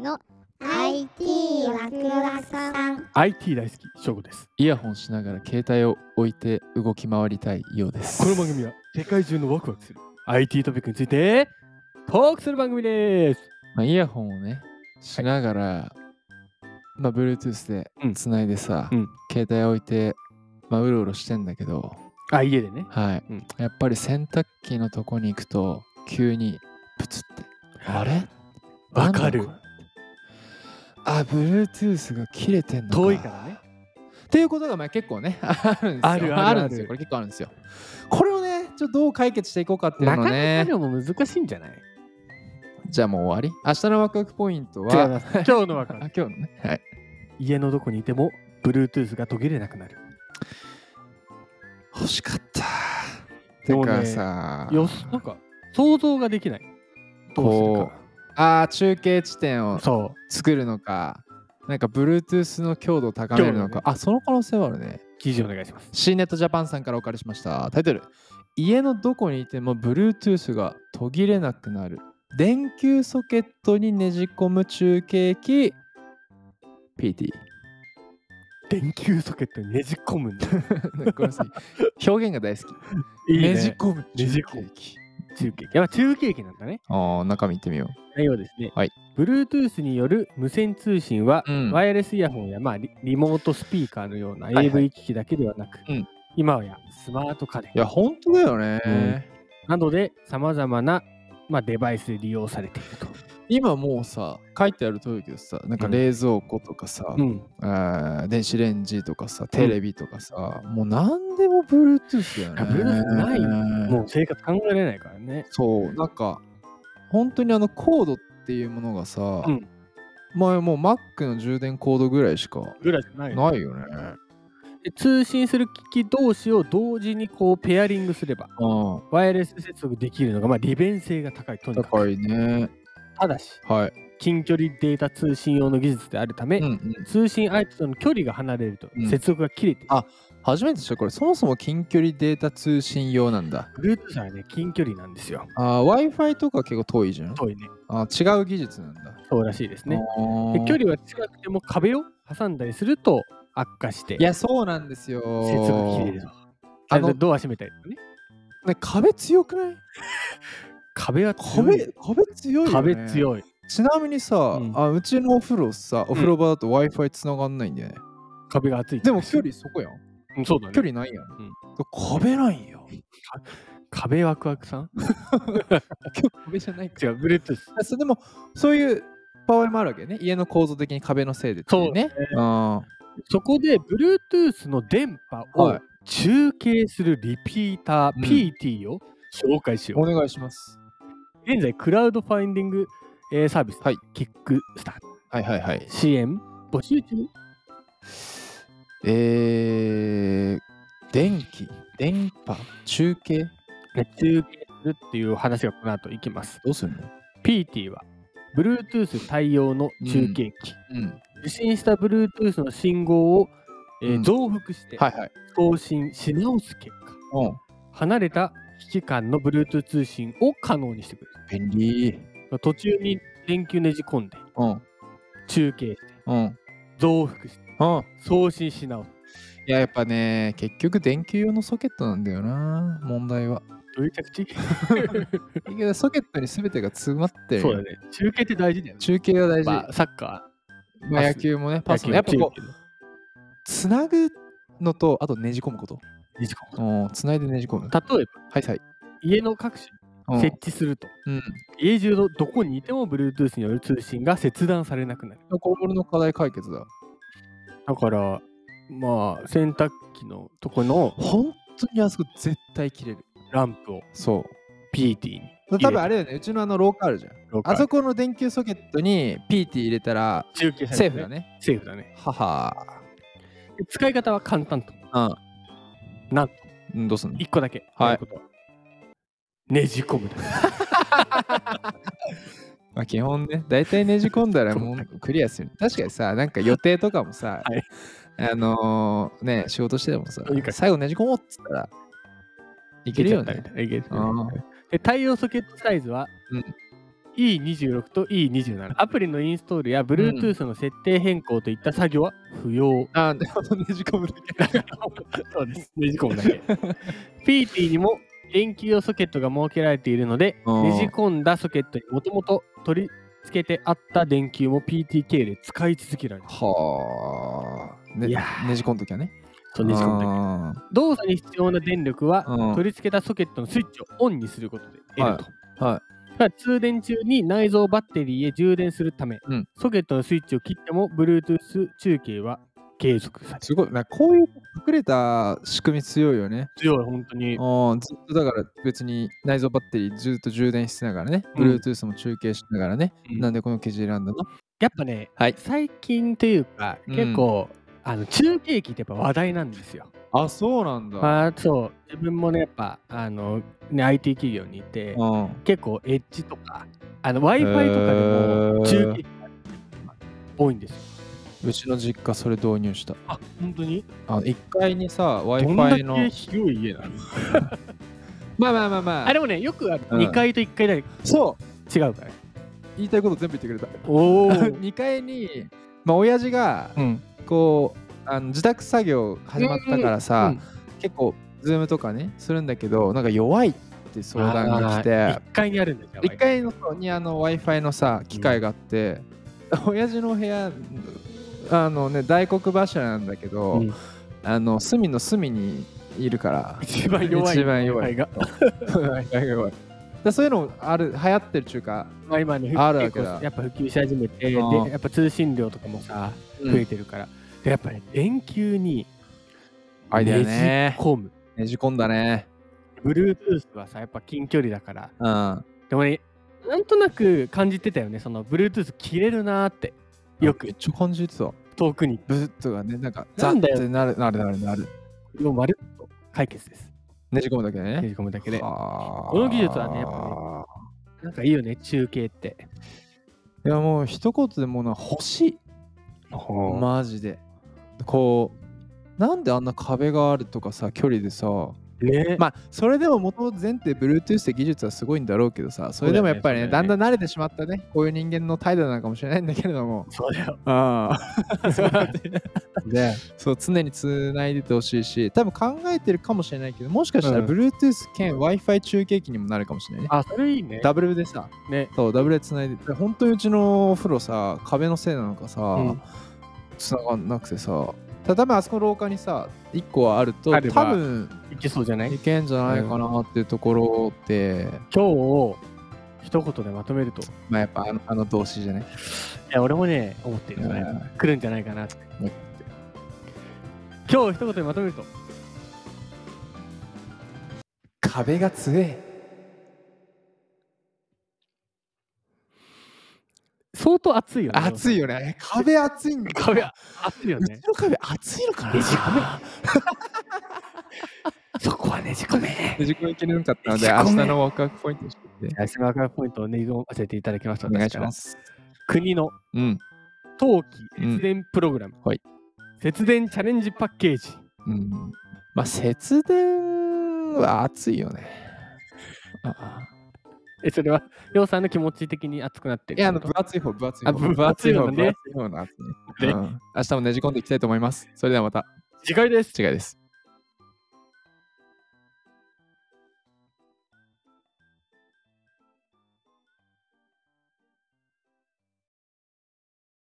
の IT ワクワクさん IT 大好き翔吾ですイヤホンしながら携帯を置いて動き回りたいようですこの番組は世界中のワクワクする IT トピックについてトークする番組ですまあ、イヤホンをねしながら、まあ Bluetooth でうんつないでさ、うん携帯置いてまあうろうろしてんだけどあ家でねはい、うんやっぱり洗濯機のとこに行くと急にプツってあれわかるなんだこれあ Bluetooth が切れてんのか遠いからねっていうことがまあ結構ね あるんですよあるあるあるんですよこれ結構あるんですよこれをねちょっとどう解決していこうかっていうのをねも難しいんじゃないじゃあもう終わり明日のワクワクポイント違いはます今日のワクあワク今日のねはい家のどこにいても Bluetooth が途切れなくなる欲しかった。でてもねかさ、よしなんか想像ができないどうこう、ああ、中継地点するをかそう作るのか、なんか Bluetooth の強度を高めるの強度かね、あ、その可能性はあるね。記事お願いします C ネットジャパンさんからお借りしました。タイトル、家のどこにいても Bluetooth が途切れなくなる。電球ソケットにねじ込む中継機 PT。 電球ソケットにねじ込むんだなんかこれさ表現が大好き。 いいねじ込むねじ中込む継機。中継機やっぱ中継機なんだねああ、中身行ってみよ内容ですね、はい Bluetooth による無線通信は、うんワイヤレスイヤホンや、まあ、リリモートスピーカーのようないはい AV 機器だけではなく、うん今はやスマート家電う。いや、本当だよね。うんなどでさまざまな、まあ、デバイスで利用されていると。今もうさ書いてある通りだけどさなんかうん冷蔵庫とかさ、うん、あー電子レンジとかさテレビとかさ、もう何でも Bluetooth だよねあ Bluetooth ないよももうう生活考えられないからね。そうなんか本当にあのコードっていうものがさ、うん前もう Mac の充電コードぐらいしかぐらいしかないよないよねで通信する機器同士を同時にこうペアリングすれば、うんワイヤレス接続できるのが、まあ、利便性が高いとにか高く。いねただし、はい、近距離データ通信用の技術であるため、うんうん、通信相手との距離が離れるとうん接続が切れて、あ初めて知ったこれそもそも近距離データ通信用なんだ Bluetooth はね、近距離なんですよ。あ w i f i とか結構遠いじゃん遠いね。あー違う技術なんだそうらしいですね。あーで距離は近くても壁を挟んだりすると悪化して、いや、そうなんですよ。接続切れると。ああののドア閉めたりとかね。ね、壁強くない壁は強い壁よ。壁強いよ、ね。壁強い。ちなみにさ、うんあうちのお風呂さ、お風呂場だと Wi-Fi 繋がんないんだよね。壁が熱い。でも距離そこやん。うんそうだね。距離ないやん。うん壁ないよ。壁ワクワクさん今日壁じゃない違う、ブルートゥース。ら。そうでも、そういう場合もあるわけね。家の構造的に壁のせいでっていね。うんそこで、ブルートゥースの電波をはい中継するリピーター、うん PT を紹介しよおう。願いします。現在、クラウドファインディング、えーサービス、はいキックスタート、はいはいはい。支援、募集中。えー、電気、電波、中継、中継するっていう話がこの後いきます。どうするの PT は Bluetooth 対応の中継機、うん。受信した Bluetooth の信号を、えーうん増幅してはいはい。送信し直す結果、うん。離れた機器間の Bluetooth 通信を可能にしてくれ便利。る。途中に電球ねじ込んで、うん。中継して、うん。増幅して、うん。送信し直す。いや、やっぱね、結局電球用のソケットなんだよな、問題は。どういう着地結局ソケットに全てが詰まってる。そうだね。中継って大事だよね。中継が大事。まあ、サッカまパあス野球もね、ー、パスも。やっぱこう、う、つなぐのと、あとねじ込むこと。ねじ込むうん、つないでねじ込む。例えば、はいはい。家の各種うん設置すると、うん。家中のどこにいても Bluetooth による通信が切断されなくなる。これの課題解決だ。だから、まあ、洗濯機のとこの本当にあそこ絶対切れる。ランプをそ PT に。う。多分あれだよね、うちのあの廊下あるじゃん。あそここの電球ソケットに PT 入れたら、中継さセれーるフだね。ね。セーフだね。はは。で使い方は簡単と。なんと、うん。どうすんの1個だけ。はいやることねじ込むだけ。まあ基本ね、大体ねじ込んだら そうもうクリアする。確かにさ、なんか予定とかもさ、 はいあのーね、仕事しててもさいいか、最後ねじ込もうっつったら、いけるよね。いけるよねうんで、対応ソケットサイズはうん、 E26 と E27 アプリのインストールや Bluetooth の設定変更といった作業は不要、あー、なるほど、ねじ込むだけ。 そうですねじ込むだけ PT にも電球用ソケットが設けられているのでうんねじ込んだソケットにもともと取り付けてあった電球も PT 系で使い続けられるはあ。ねいやねじ込んときゃね。そうねじ込んだけあー動作に必要な電力はうん取り付けたソケットのスイッチをオンにすることで得ると。はいただ通電中に内蔵バッテリーへ充電するため、うんソケットのスイッチを切っても Bluetooth 中継は継続される。すごい。なこういう隠れた仕組み強いよね。強い、本当に。うんずっとだから別に内蔵バッテリーずっと充電しながらね、うん Bluetooth も中継しながらね、うんなんでこの記事選んだのやっぱね、はい最近というか、うん結構、あの中継機ってやっぱ話題なんですよ。あ、そうなんだ。まあ、そう、自分もね、やっぱ、あの、ね、IT 企業にいて、うん、結構エッジとか、あの Wi-Fi とかでも中継機が多いんですよ。うちの実家それ導入した。あ、本当にあの1階にさ、どんだ Wi-Fi のけ。広い家なのまあまあまあまあ。あ、でもね、よくあるうん2階と1階だけそう違うから。言いたいこと全部言ってくれおお。 た。2階 に、まあ親父がうん。こうあの自宅作業始まったからさ、うん結構、ズームとかね、するんだけど、なんか弱いって相談が来て。 1階にあるんだじゃあ1階の方にあの w i f i のさ機械があって、親父の部屋あのね大黒柱なんだけど、うんあの隅の隅にいるから一番弱い。一番弱い1階が。 w i f i が弱いだそういうのある流行ってるっちゅうか、まあ今ね、あるわ結けだ構やっぱ普及し始めて、で、うんやっぱ通信量とかもさ、増えてるから。で、やっぱね、電球にあれだよねねじ込む。ねじ込んだね Bluetooth はさ、やっぱ近距離だから。うんでもね、なんとなく感じてたよね、その Bluetooth 切れるなーって。よめっくちゃ感じてた遠くに、ブッとかねなんかザなッんだよてなるなるなるなるもうまるっと解決です。ねじ込むだけでねねじ込むだけで。ここの技術はねやっぱなんかいいよね、中継って。いやもう一言でもうな欲しいまマジでこうなんであんな壁があるとかさ距離でさあ ね、まあそれでも元々前提 Bluetooth で技術はすごいんだろうけどさそれでもやっぱりねそうだだよんねだん慣れてしまったねこういう人間の態度なのかもしれないんだけれどもそうだよ。ああ ね、そう常につないでてほしいし多分考えてるかもしれないけどもしかしたらうん Bluetooth 兼 w i f i 中継機にもなるかもしれないね あ、それいいね。ダブルでさね、そうダブルでつないでて本当にうちのお風呂さ壁のせいなのかさ、うんつながんなくてさただまああそこの廊下にさ1個はあるとあれば多分いけそうじゃないい今けんじゃないかなっていうところで、日を一言でまとめると。いまあやっぱあのあの動詞じゃね、や、俺もね、思ってるよね。来るんじゃないかなって。今日一言でまとめると。壁が強え相当熱いよね。熱いよね壁熱いんだ壁は熱いようねち。の壁熱いのかなねじ込め。 そこはねじ込め。ねじ込みきれなかったのでねじ明込日めのワクワクポイントにしてて安川ポイントをねじ込ませていただきました。。お願いしますす国のうん冬季節電プログラム、うんはい節電チャレンジパッケージうんまあ節電は熱いよねああえそれはりょうさんの気持ち的に熱くなってるいや、あの、って分こ厚い方、分厚いあ方。分厚い方ね分厚い方の厚い。ねうん明日もねじ込んでいきたいと思います。それではまた、と次回です違いです。